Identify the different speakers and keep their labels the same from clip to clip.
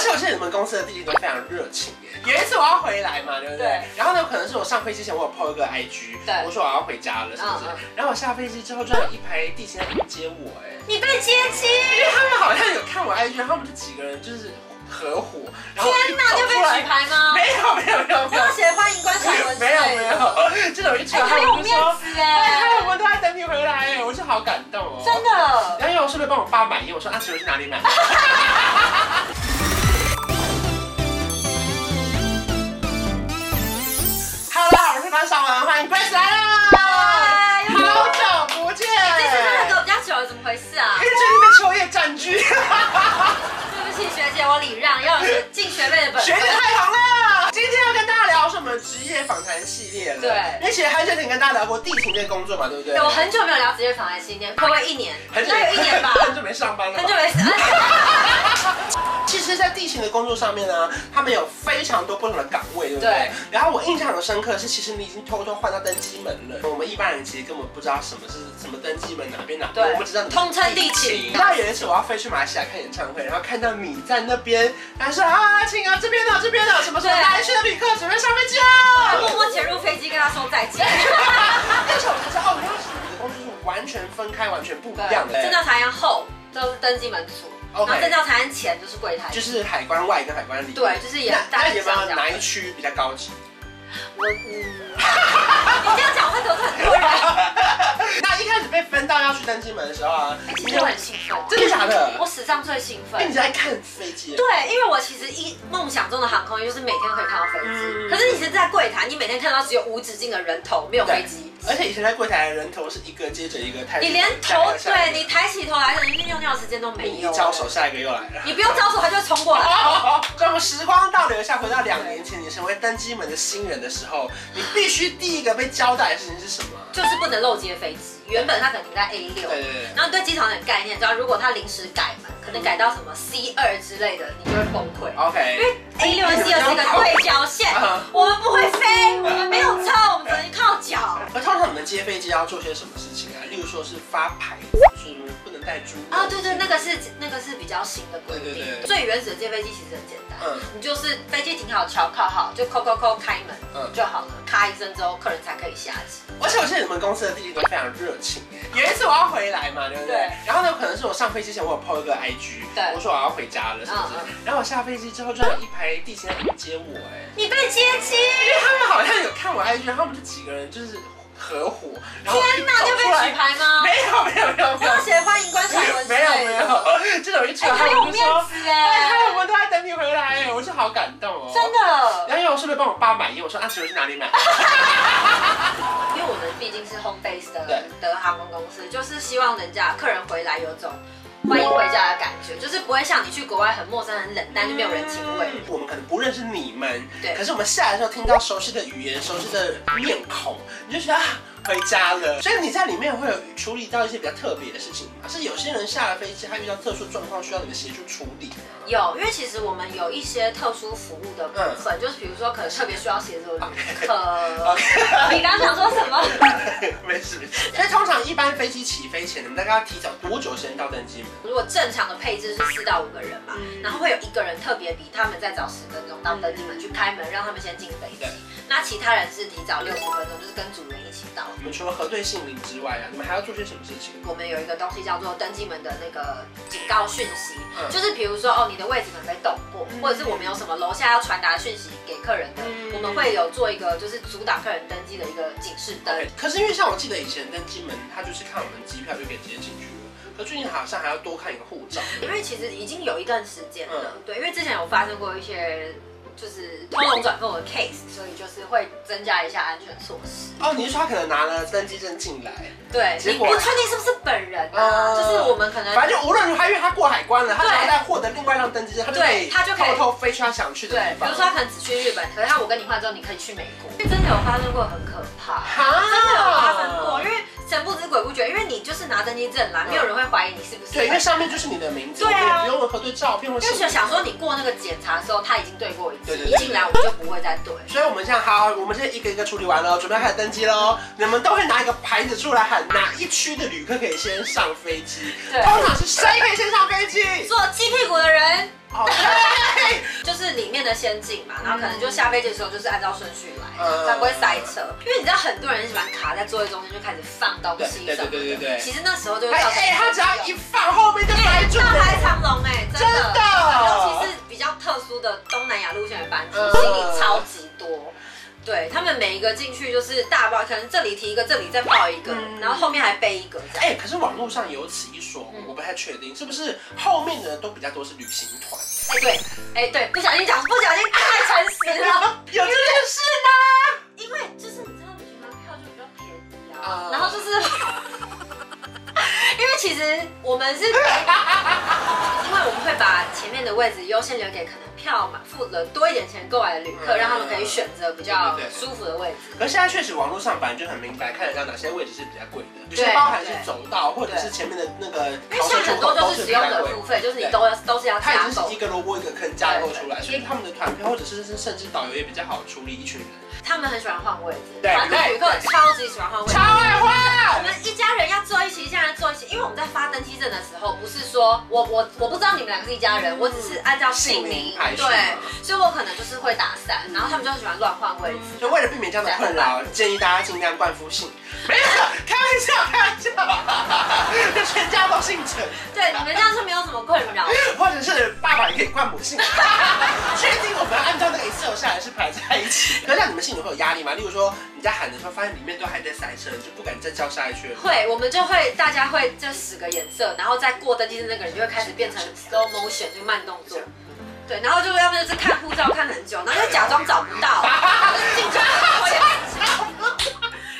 Speaker 1: 且我记得你们公司的弟弟都非常热情耶。有一次我要回来嘛，对不对？
Speaker 2: 对
Speaker 1: 然后呢，可能是我上飞机前我有 PO 一个 IG，
Speaker 2: 对
Speaker 1: 我说我要回家了，是不是？
Speaker 2: 嗯嗯
Speaker 1: 然后我下飞机之后就有一排弟弟在迎接我，哎，
Speaker 2: 你被接机，
Speaker 1: 因为他们好像有看我 IG，然后他们就几个人就是合伙，然后
Speaker 2: 天哪，
Speaker 1: 一
Speaker 2: 就
Speaker 1: 走
Speaker 2: 被
Speaker 1: 出来
Speaker 2: 举牌吗？
Speaker 1: 没有没有没有没有
Speaker 2: 要写欢迎观察文之
Speaker 1: 没有
Speaker 2: 类
Speaker 1: 没
Speaker 2: 的，
Speaker 1: 有，这种一出
Speaker 2: 哎，
Speaker 1: 来他
Speaker 2: 很
Speaker 1: 们
Speaker 2: 有
Speaker 1: 就
Speaker 2: 面
Speaker 1: 说，
Speaker 2: 子
Speaker 1: 哎，我
Speaker 2: 哎，
Speaker 1: 们都在等你回来，哎，我就好感动哦。
Speaker 2: 真的。
Speaker 1: 然后因为我顺便帮我爸买烟，我说啊，请问去哪里买？ 哈喽，我是潘少文，欢迎 Grace 来啦！
Speaker 2: 哎又
Speaker 1: 好久不见，哎
Speaker 2: 这次真的隔比较久了，怎么回事啊
Speaker 1: 因？为最近被秋叶占据，
Speaker 2: 对不起，学姐，我礼让，要有尽学妹的本
Speaker 1: 学
Speaker 2: 分
Speaker 1: 姐。太忙了。今天要跟大家聊是我们职业访谈系列了。
Speaker 2: 对
Speaker 1: 因为其实很久以前跟大家聊过地勤这个工作嘛，对不对？
Speaker 2: 对，我很久没有聊职业访谈新年，会不会一年？
Speaker 1: 很久
Speaker 2: 那有一年吧，
Speaker 1: 很久没上班了吧。
Speaker 2: 很久没哎死。
Speaker 1: 其实，在地形的工作上面呢，他们有非常多不同的岗位，对不对？
Speaker 2: 对
Speaker 1: 然后我印象很深刻是，其实你已经偷偷换到登机门了。我们一般人其实根本不知道什么是什么登机门哪边哪边，
Speaker 2: 对
Speaker 1: 我们只知道你是
Speaker 2: 通称地勤
Speaker 1: 勤那有一次我要飞去马来西亚看演唱会，然后看到你在那边，然后说啊，请啊，这边的这边的什么什么
Speaker 2: 对
Speaker 1: 来去的旅客准备上飞机
Speaker 2: 我
Speaker 1: 了。
Speaker 2: 默默 潜入飞机跟他说再见，
Speaker 1: 那时候我才知道，哦，原来是你的工作是完全分开、完全不一样的。
Speaker 2: 正教台安后就是登机门处，然后
Speaker 1: OK
Speaker 2: 正教台安前就是柜台，
Speaker 1: 就是海关外跟海关里。
Speaker 2: 对，就是也
Speaker 1: 那
Speaker 2: 大
Speaker 1: 那有
Speaker 2: 家这
Speaker 1: 没
Speaker 2: 样
Speaker 1: 有
Speaker 2: 讲。
Speaker 1: 哪一区比较高级？
Speaker 2: 我嗯， 你这样讲会得罪很多人。
Speaker 1: 那一开始被分到要去登机门的时候啊
Speaker 2: 哎，其
Speaker 1: 你
Speaker 2: 实
Speaker 1: 就
Speaker 2: 我很兴奋，
Speaker 1: 真的假的
Speaker 2: 我？史上最兴
Speaker 1: 因为哎你
Speaker 2: 奋。
Speaker 1: 在看飞机，
Speaker 2: 对，因为我其实一梦想中的航空业就是每天可以看到飞
Speaker 1: 嗯
Speaker 2: 机，可是你是在柜台，你每天看到只有无止境的人头，没有飞机。
Speaker 1: 而且以前在柜台的人头是一个接着一个，抬起
Speaker 2: 你连
Speaker 1: 下一
Speaker 2: 头
Speaker 1: 个，下
Speaker 2: 对
Speaker 1: 一个
Speaker 2: 你哎抬起头来，你去尿尿的时间都没
Speaker 1: 你
Speaker 2: 有。
Speaker 1: 一招手，哦下一个又来了。
Speaker 2: 你不用招手，他就会冲过来。
Speaker 1: 好，所以我们时光倒流一下，回到两年前，你成为登机门的新人的时候，你必须第一个被交代的事情是 什么啊？
Speaker 2: 就是不能漏接飞机。原本它可能停在 A 六，
Speaker 1: 对对对
Speaker 2: 然后你对机场的概念，知道如果它临时改门，可能改到什么 C 二之类的，你就会崩溃。因
Speaker 1: ，OK，
Speaker 2: 为 A 六 C 二是一个对角线
Speaker 1: 嗯，
Speaker 2: 我们不会飞，我们没有车，我们只能靠脚。
Speaker 1: 那通常你们接飞机要做些什么事情啊？例如说是发牌，就是不能带猪
Speaker 2: 啊，对对，那个是那个是比较新的规
Speaker 1: 对
Speaker 2: 定
Speaker 1: 对对。
Speaker 2: 最原始的接飞机其实很简单，
Speaker 1: 嗯
Speaker 2: 你就是飞机停好、桥靠好，就扣扣扣开
Speaker 1: 嗯
Speaker 2: 门就好了，咔一声之后，客人才可以下机。
Speaker 1: 而且我记得你们公司的弟弟都非常热情耶。有一次我要回来嘛，对不对？
Speaker 2: 对
Speaker 1: 然后呢，可能是我上飞机前我有 PO 一个 IG，
Speaker 2: 对
Speaker 1: 我说我要回家了，是不是？
Speaker 2: 嗯嗯
Speaker 1: 然后我下飞机之后就有一排弟弟在迎接我，哎，
Speaker 2: 你被接机，
Speaker 1: 因为他们好像有看我 IG，然后他们就几个人就是合伙，然后
Speaker 2: 天哪，
Speaker 1: 一
Speaker 2: 就
Speaker 1: 走
Speaker 2: 被
Speaker 1: 出来
Speaker 2: 举牌吗？
Speaker 1: 没有没有没有没 有
Speaker 2: 要写欢迎观察文之
Speaker 1: 没有
Speaker 2: 类
Speaker 1: 没
Speaker 2: 的
Speaker 1: 有，这种一出
Speaker 2: 哎，
Speaker 1: 来他
Speaker 2: 很
Speaker 1: 们
Speaker 2: 有
Speaker 1: 就
Speaker 2: 面
Speaker 1: 说，
Speaker 2: 子
Speaker 1: 哎，我
Speaker 2: 哎，
Speaker 1: 们都在等你回来，哎我就好感动哦。
Speaker 2: 真。的，
Speaker 1: 然后因为我顺便帮我爸买烟，我说啊，请问去哪里买？
Speaker 2: 因为我们毕竟是 home base 的
Speaker 1: 对
Speaker 2: 的航空公司，就是希望人家客人回来有种欢迎回家的感觉，就是不会像你去国外很陌生、很冷淡，就没有人情味。
Speaker 1: 我们可能不认识你们，
Speaker 2: 对
Speaker 1: 可是我们下来的时候听到熟悉的语言、熟悉的面孔，你就觉得啊，回家了。所以你在里面会有处理到一些比较特别的事情吗？是有些人下了飞机，他遇到特殊状况需要你们协助处 理吗。
Speaker 2: 有，因为其实我们有一些特殊服务的部分，就是比如说可能特别需要协助的客， 你刚刚想说什么？
Speaker 1: 没事没事。所以通常一般飞机起飞前，你们大概要提早多久时间到登机门？
Speaker 2: 如果正常的配置是四到五个人嘛，
Speaker 1: 嗯
Speaker 2: 然后会有一个人特别比他们再早十分钟到登机门去开门，让他们先进飞机
Speaker 1: 对。
Speaker 2: 那其他人是提早六十分钟，就是跟主人一起到。
Speaker 1: 你们除了核对姓名之外啊，你们还要做些什么事情？
Speaker 2: 我们有一个东西叫做登机门的那个警告讯息，
Speaker 1: 嗯
Speaker 2: 就是比如说哦，你的位置可能被动过，
Speaker 1: 嗯
Speaker 2: 或者是我们有什么楼下要传达讯息给客人的，
Speaker 1: 嗯
Speaker 2: 我们会有做一个就是阻挡客人登机的一个警示灯。
Speaker 1: 可是因为像我记得以前登机门，他就是看我们机票就可以直接进去了，可最近好像还要多看一个护照。
Speaker 2: 因为其实已经有一段时间了，
Speaker 1: 嗯
Speaker 2: 对，因为之前有发生过一些就是偷龙转凤的 case，所以就是会增加一下安全措施。
Speaker 1: 哦，你是说他可能拿了登机证进来？
Speaker 2: 对，
Speaker 1: 结
Speaker 2: 你
Speaker 1: 果
Speaker 2: 不确定是不是本人啊，
Speaker 1: 嗯
Speaker 2: 就是我们可能
Speaker 1: 反正就无论如何，因为他过海关了，他只要
Speaker 2: 对
Speaker 1: 再获得另外一张登机证，他就可以
Speaker 2: 对他就可以
Speaker 1: 偷偷飞去他想去的
Speaker 2: 对
Speaker 1: 地，
Speaker 2: 比
Speaker 1: 方。
Speaker 2: 如说他可能只去日本，可是他我跟你换之后，你可以去美国，因为真的有发生过很可怕。
Speaker 1: 哈，
Speaker 2: 真的有发生过，因为神不知鬼不觉，因为你就是拿登机证来，没有人会怀疑你是不是。
Speaker 1: 对，因为上面就是你的名字，
Speaker 2: 对啊
Speaker 1: 我们也不用核对照片或
Speaker 2: 就是
Speaker 1: 信息
Speaker 2: 想说你过那个检查的时候，他已经对过一次，
Speaker 1: 对对对
Speaker 2: 一进来我们就不会再对。
Speaker 1: 所以我们现在好，我们现在一个一个处理完了，准备要开始登机喽。你们都会拿一个牌子出来喊哪一区的旅客可以先上飞机，
Speaker 2: 对
Speaker 1: 通常是谁可以先上飞机
Speaker 2: 做鸡屁股的人，
Speaker 1: ？OK，
Speaker 2: 变得先进嘛，然后可能就下飞机的时候就是按照顺序来，
Speaker 1: 嗯
Speaker 2: 才不会塞车。因为你知道很多人喜欢卡在座位中间就开始放东西
Speaker 1: 对对
Speaker 2: 什么
Speaker 1: 对对对
Speaker 2: 的，
Speaker 1: 对
Speaker 2: 其实那时候就会
Speaker 1: 哎
Speaker 2: 造成
Speaker 1: 哎，他只要一放，后面就塞住
Speaker 2: 大排
Speaker 1: 了。
Speaker 2: 长龙哎，真
Speaker 1: 真
Speaker 2: 的，
Speaker 1: 的
Speaker 2: 尤其是比较特殊的东南亚路线的班次，
Speaker 1: 哦嗯
Speaker 2: 行李超级多。对他们每一个进去就是大包，可能这里提一个，这里再抱一个，
Speaker 1: 嗯
Speaker 2: 然后后面还背一个这样。
Speaker 1: 哎，可是网络上有此一说，我不太确定是不是后面的人都比较多是旅行团。
Speaker 2: 哎、对，哎、对，不小心讲，不小心太诚实 了。
Speaker 1: 有这件事吗？
Speaker 2: 因为就是你知道旅行团票就比较便宜啊
Speaker 1: 啊，
Speaker 2: 然后就是 因为其实我们是，因为我们会把前面的位置优先留给可能票嘛付了多一点钱购买的旅客，
Speaker 1: 嗯
Speaker 2: 让他们可以选择比较
Speaker 1: 对对对
Speaker 2: 舒服的位置。
Speaker 1: 可是现在确实网络上本来就很明白，看得到哪些位置是比较贵的，有些
Speaker 2: 对
Speaker 1: 包含是
Speaker 2: 对
Speaker 1: 走道或者是前面的那个
Speaker 2: 因为
Speaker 1: 逃生
Speaker 2: 像
Speaker 1: 出
Speaker 2: 很
Speaker 1: 口
Speaker 2: 多
Speaker 1: 都
Speaker 2: 就是是
Speaker 1: 比
Speaker 2: 使
Speaker 1: 较
Speaker 2: 用
Speaker 1: 贵
Speaker 2: 者付费，就是你都要都是要
Speaker 1: 它
Speaker 2: 加
Speaker 1: 已经
Speaker 2: 购
Speaker 1: 是一。个萝卜一个坑架构出来，
Speaker 2: 对对
Speaker 1: 所以他们的团票或者是甚至导游也比较好处理一群人，
Speaker 2: 他们很喜欢换位置，
Speaker 1: 对
Speaker 2: 反正
Speaker 1: 对
Speaker 2: 旅客超级喜欢换位置。
Speaker 1: 爱
Speaker 2: 我
Speaker 1: 花。
Speaker 2: 们一家人要坐一起，一家人坐一起，因为我们在发登机证的时候，不是说我我我不知道你们两个是一家人，我只是按照
Speaker 1: 嗯
Speaker 2: 姓
Speaker 1: 姓
Speaker 2: 名
Speaker 1: 名排序
Speaker 2: 对
Speaker 1: 嘛，
Speaker 2: 所以我可能就是会打散，然后他们就很喜欢乱换位置。
Speaker 1: 所以为了避免这样的困扰，建议大家尽量冠夫姓，没有开玩笑， 开玩笑，就全家都姓陈，
Speaker 2: 对，你们这样是没有什么困扰。
Speaker 1: 或者是爸爸也可以冠母姓。 确定我们按照那个 Excel 下来是排在一起。 可是让你们心里会有压力吗？例如说你在喊的时候，发现里面都还在塞车，你就不敢再叫下一圈。
Speaker 2: 会，我们就会大家会这使个眼色，然后再过登记证那个人就会开始变成 slow motion 就慢动作。对，然后就要么就是看护照看很久，然后就假装找不 到，然后就进去我也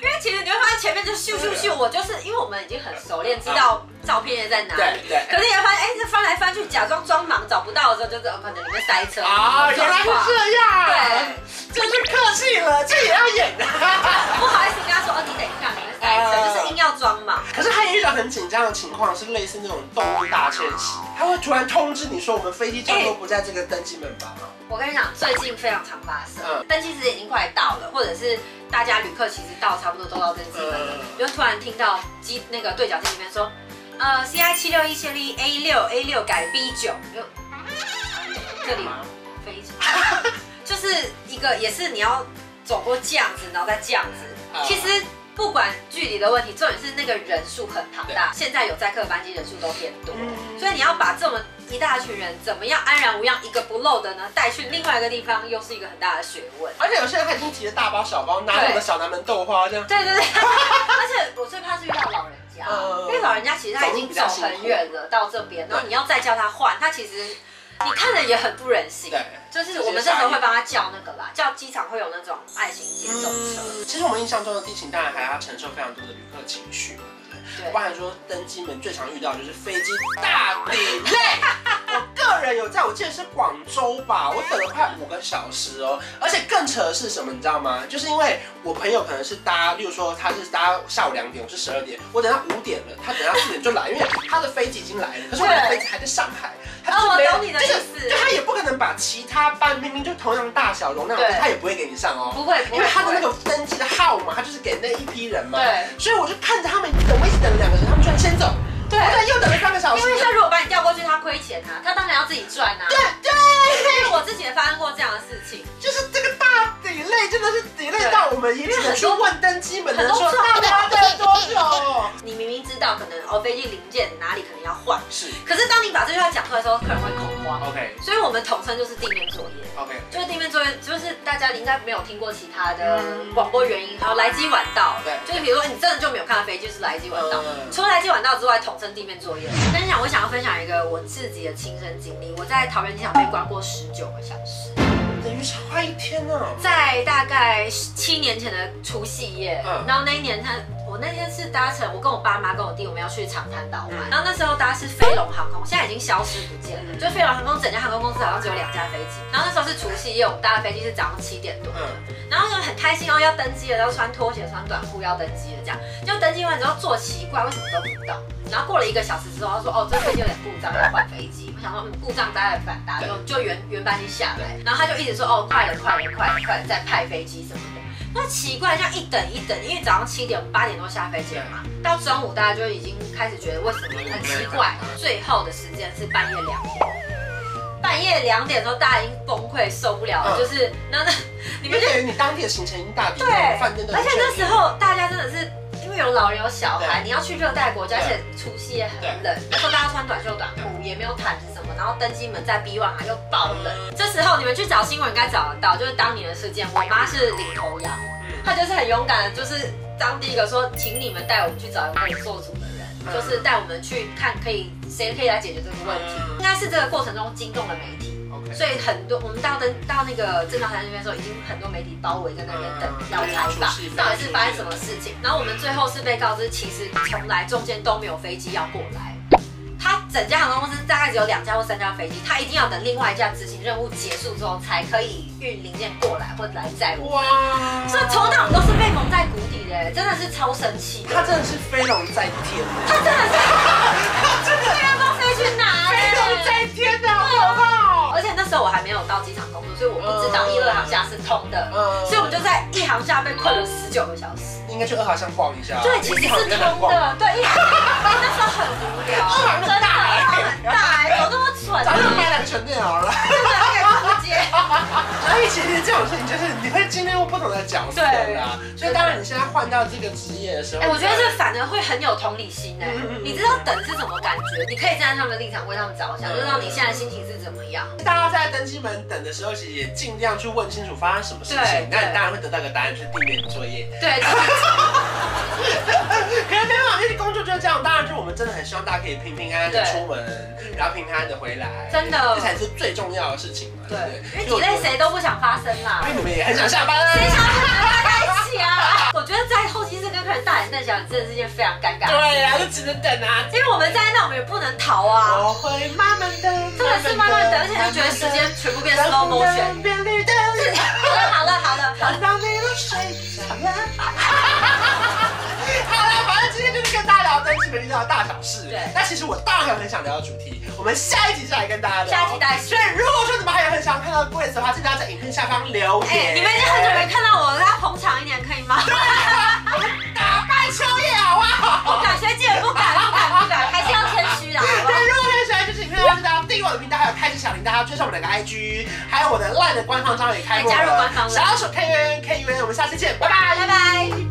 Speaker 2: 因为其实你会发现前面就咻咻咻，我就是因为我们已经很熟练，知道照片页在哪里
Speaker 1: 对。对。
Speaker 2: 可是你会发现，哎、这翻来翻去，假装装忙找不到的时候，就是哦可能里面塞车。
Speaker 1: 啊，原来是这样
Speaker 2: 对，，
Speaker 1: 这是客气了，这也要演 啊。
Speaker 2: 不好意思跟他说，哦，你等一下，里面塞车，
Speaker 1: 啊
Speaker 2: 就是硬要装忙。
Speaker 1: 可是他也遇到很紧张的情况，是类似那种动物大迁徙，他会突然通知你说我们飞机
Speaker 2: 哎
Speaker 1: 差不多不在这个登机门 吧？
Speaker 2: 我跟你讲，最近非常常发生，
Speaker 1: 嗯
Speaker 2: 但其实已经快到了，或者是大家旅客其实到差不多都到登机门了，
Speaker 1: 嗯
Speaker 2: 你就突然听到机那个对讲机里面说，呃，CI 七六一千零 A 六 A 六改 B 九，就这里
Speaker 1: 啊
Speaker 2: 非常， 就是一个也是你要走过这样子，然后再这样子
Speaker 1: 嗯，
Speaker 2: 其实。不管距离的问题，重点是那个人数很庞大。现在有载客班机人数都变多，
Speaker 1: 嗯
Speaker 2: 所以你要把这么一大群人怎么样安然无恙、一个不漏的呢带去另外一个地方，又是一个很大的学问。
Speaker 1: 而且有些人还已经提着大包小包，拿着我们小南门豆花这样。
Speaker 2: 对对 对，而且我最怕是遇到老人家，
Speaker 1: 嗯
Speaker 2: 因为老人家其实他已经走很远了，到这边，然后你要再叫他换，他其实你看了也很不忍心
Speaker 1: 对。
Speaker 2: 就是我们这时候会帮他叫那个啦，叫机场会有那种爱心接送车，
Speaker 1: 嗯，其实我们印象中的地勤当然还要承受非常多的旅客情绪嘛，对不对？
Speaker 2: 对
Speaker 1: 包，含说登机门最常遇到的就是飞机大 delay。我个人有在我记得是广州吧，我等了快五个小时哦。而且更扯的是什么，你知道吗？就是因为我朋友可能是搭，例如说他是搭下午两点，我是十二点，我等到五点了，他等到四点就来，因为他的飞机已经 来了，可是我的飞机还在上海，他
Speaker 2: 哦，
Speaker 1: 就
Speaker 2: 我
Speaker 1: 没有
Speaker 2: 懂你的意
Speaker 1: 就是
Speaker 2: 思
Speaker 1: 就，他也不可能把其他班明明就同样大小容量的
Speaker 2: 对
Speaker 1: 飞机，他也不会给你上哦。
Speaker 2: 不会不
Speaker 1: 因为
Speaker 2: 会
Speaker 1: 他
Speaker 2: 不
Speaker 1: 的那
Speaker 2: 会，
Speaker 1: 个登记的号码，他就是给那一批人嘛。
Speaker 2: 对。
Speaker 1: 所以我就看着他们等，我一直等了两个小时，他们居然先走。
Speaker 2: 对
Speaker 1: 我等又等了三个小时
Speaker 2: 因。为他如果把你调过去，他亏钱啊，他当然要自己赚啊。
Speaker 1: 对对，
Speaker 2: 因为我自己也发生过这样的事情，
Speaker 1: 就是这个大底类，真的是底类到我们也只能去问登机门的人说哎
Speaker 2: 很多
Speaker 1: 大家
Speaker 2: 啊
Speaker 1: 等多久。
Speaker 2: 你明明知道可能哦飞机零件哪里可能要换，
Speaker 1: 是
Speaker 2: 可是当你把这句话讲出来的时候，客人会恐慌，
Speaker 1: ，OK
Speaker 2: 所以我们统称就是地面作业。
Speaker 1: OK，
Speaker 2: 就是地面作业，就是大家应该没有听过其他的
Speaker 1: 嗯
Speaker 2: 广播原因，然后来机晚到，
Speaker 1: 对
Speaker 2: 就是比如说你真的就没有看到飞机，就是来机晚到。
Speaker 1: 嗯
Speaker 2: 除了来机晚到之外，统称地面作业。跟你讲，我想要分享一个我自己的亲身经历，我在桃园机场被关过十九个小时，
Speaker 1: 等于是快一天啊呢。
Speaker 2: 在大概七年前的除夕夜，
Speaker 1: 嗯
Speaker 2: 然后那一年他，我那天是搭乘我跟我爸妈跟我弟，我们要去长滩岛玩，然后那时候搭是飞龙航空，现在已经消失不见了，
Speaker 1: 嗯
Speaker 2: 就飞龙航空整家航空公司好像只有两架飞机，然后那时候是除夕夜，我们搭的飞机是早上七点多，
Speaker 1: 嗯，
Speaker 2: 然后就很开心哦，要登机了，然后穿拖鞋、穿短裤要登机了，这样。就登机完之后坐奇怪，为什么都不动？然后过了一个小时之后，他说哦，这飞机有点故障，要换飞机。我想说嗯，故障大概反答，就就原原班机下来。然后他就一直说哦，快了，快了，快了，快了，再派飞机什么的。那奇怪，这样一等一等，因为早上七点八点多下飞机了嘛，到中午大家就已经开始觉得为什么很奇怪。最后的时间是半夜两点，半夜两点的时候，大家已经崩溃受不了
Speaker 1: 嗯
Speaker 2: 了，就是那那你
Speaker 1: 因
Speaker 2: 们
Speaker 1: 为
Speaker 2: 就
Speaker 1: 等于你当地的行程已经大抵
Speaker 2: 对，
Speaker 1: 饭店都已
Speaker 2: 而
Speaker 1: 经
Speaker 2: 且那时
Speaker 1: 确定
Speaker 2: 候大家真的是因为有老人有小孩，
Speaker 1: 对
Speaker 2: 你要去热带国家，而
Speaker 1: 对
Speaker 2: 且除夕也很冷，那时候大家穿短袖短裤，也没有毯子什么，然后登机门在 B 万还又爆冷。这时候你们去找新闻应该找得到，就是当年的事件，我妈是领头羊，
Speaker 1: 嗯
Speaker 2: 她就是很勇敢的，就是当第一个说，请你们带我们去找一个可以做主的人，
Speaker 1: 嗯
Speaker 2: 就是带我们去看可以谁可以来解决这个问题。应该是这个过程中惊动了媒体。
Speaker 1: 嗯，OK，
Speaker 2: 所以很多我们到登到那个正常台那边的时候，已经很多媒体包围在那边等
Speaker 1: 嗯
Speaker 2: 要采访
Speaker 1: 出席，
Speaker 2: 到底是发生什么事情。然后我们最后是被告知，其实从来中间都没有飞机要过来。他整家航空公司大概只有两架或三架飞机，他一定要等另外一架执行任务结束之后，才可以运零件过来或者来载我。
Speaker 1: 哇，
Speaker 2: 所以从头到尾都是被蒙在鼓底的，真的是超神奇的。
Speaker 1: 他真的是飞龙在天
Speaker 2: 他真的是
Speaker 1: 他真的
Speaker 2: 不知道飞去哪
Speaker 1: 飞龙
Speaker 2: 了。
Speaker 1: 在天的好不好？
Speaker 2: 而且那时候我还没有到机场工作，所以我不知道一二航厦是通的。
Speaker 1: 嗯
Speaker 2: 所以我们就在一行下被困了十九个小时。
Speaker 1: 应该去二号巷逛一下，
Speaker 2: 对，其实
Speaker 1: 嗯因为一
Speaker 2: 是
Speaker 1: 号巷比较难
Speaker 2: 通
Speaker 1: 逛。
Speaker 2: 的，对，一行那时候很无聊，
Speaker 1: 二行
Speaker 2: 真
Speaker 1: 很
Speaker 2: 的
Speaker 1: 大欸
Speaker 2: 很大欸，有那么蠢
Speaker 1: 早上
Speaker 2: 吗？
Speaker 1: 买两个纯电好了。
Speaker 2: 真的哎还可以出街。
Speaker 1: 所以其实这种事情就是你会经历过不同的角色啦。所以当然你现在换到这个职业的时候，
Speaker 2: 哎，我觉得这反而会很有同理心哎
Speaker 1: 嗯嗯嗯，
Speaker 2: 你知道等是什么感觉，你可以站在他们的立场为他们着想，就知道你现在心情是怎么样。
Speaker 1: 大家在登机门等的时候，其实也尽量去问清楚发生什么事
Speaker 2: 对
Speaker 1: 情。那
Speaker 2: 对
Speaker 1: 你当然会得到一个答案，就是地面作 业。
Speaker 2: 对，就是
Speaker 1: 可是没办法，因为工作就是这样。当然，就是我们真的很希望大家可以平平安安的
Speaker 2: 对
Speaker 1: 出门，然后平平安安的回来，
Speaker 2: 嗯真的
Speaker 1: 这才是最重要的事情嘛。
Speaker 2: 对
Speaker 1: 对，
Speaker 2: 因为几类谁都不想发生啦。
Speaker 1: 因为你们也很想下班啊。
Speaker 2: 谁想要跟大家一起啊？我觉得在候机室跟客人大眼瞪小眼真的是件非常尴尬的事，
Speaker 1: 对啊，就只能等啊。
Speaker 2: 因为我们站在那我们也不能逃啊，
Speaker 1: 我会慢慢等，
Speaker 2: 真的是慢慢等，而且就觉得时间全部变 slow motion。
Speaker 1: 变绿灯，
Speaker 2: 好了好了好了好了，
Speaker 1: 等到你都睡着了。好了，反正今天就是跟大家聊登记门遇到的大小事。
Speaker 2: 对
Speaker 1: 那其实我当然很想聊的主题，我们下一集再来跟大家聊。
Speaker 2: 下一集再来
Speaker 1: 所以如果说你们还有很想看到的 Grace 的话，记得要在影片下方留言。
Speaker 2: 哎，你们已经很久没看到我了，大家捧场一点可以吗？
Speaker 1: 打败秋叶好不好？
Speaker 2: 不敢学姐不敢不敢不敢，还是要谦虚的好不好？
Speaker 1: 对，如果你喜欢这支影片的话，记得要订阅我的频道，还有开启小铃铛，还有追上我们两个 IG，还有我的 LINE 的官方账号也开过了，
Speaker 2: 哎加入官方了
Speaker 1: 小老鼠 K U N K U N，我们下期见，拜拜，
Speaker 2: 拜拜。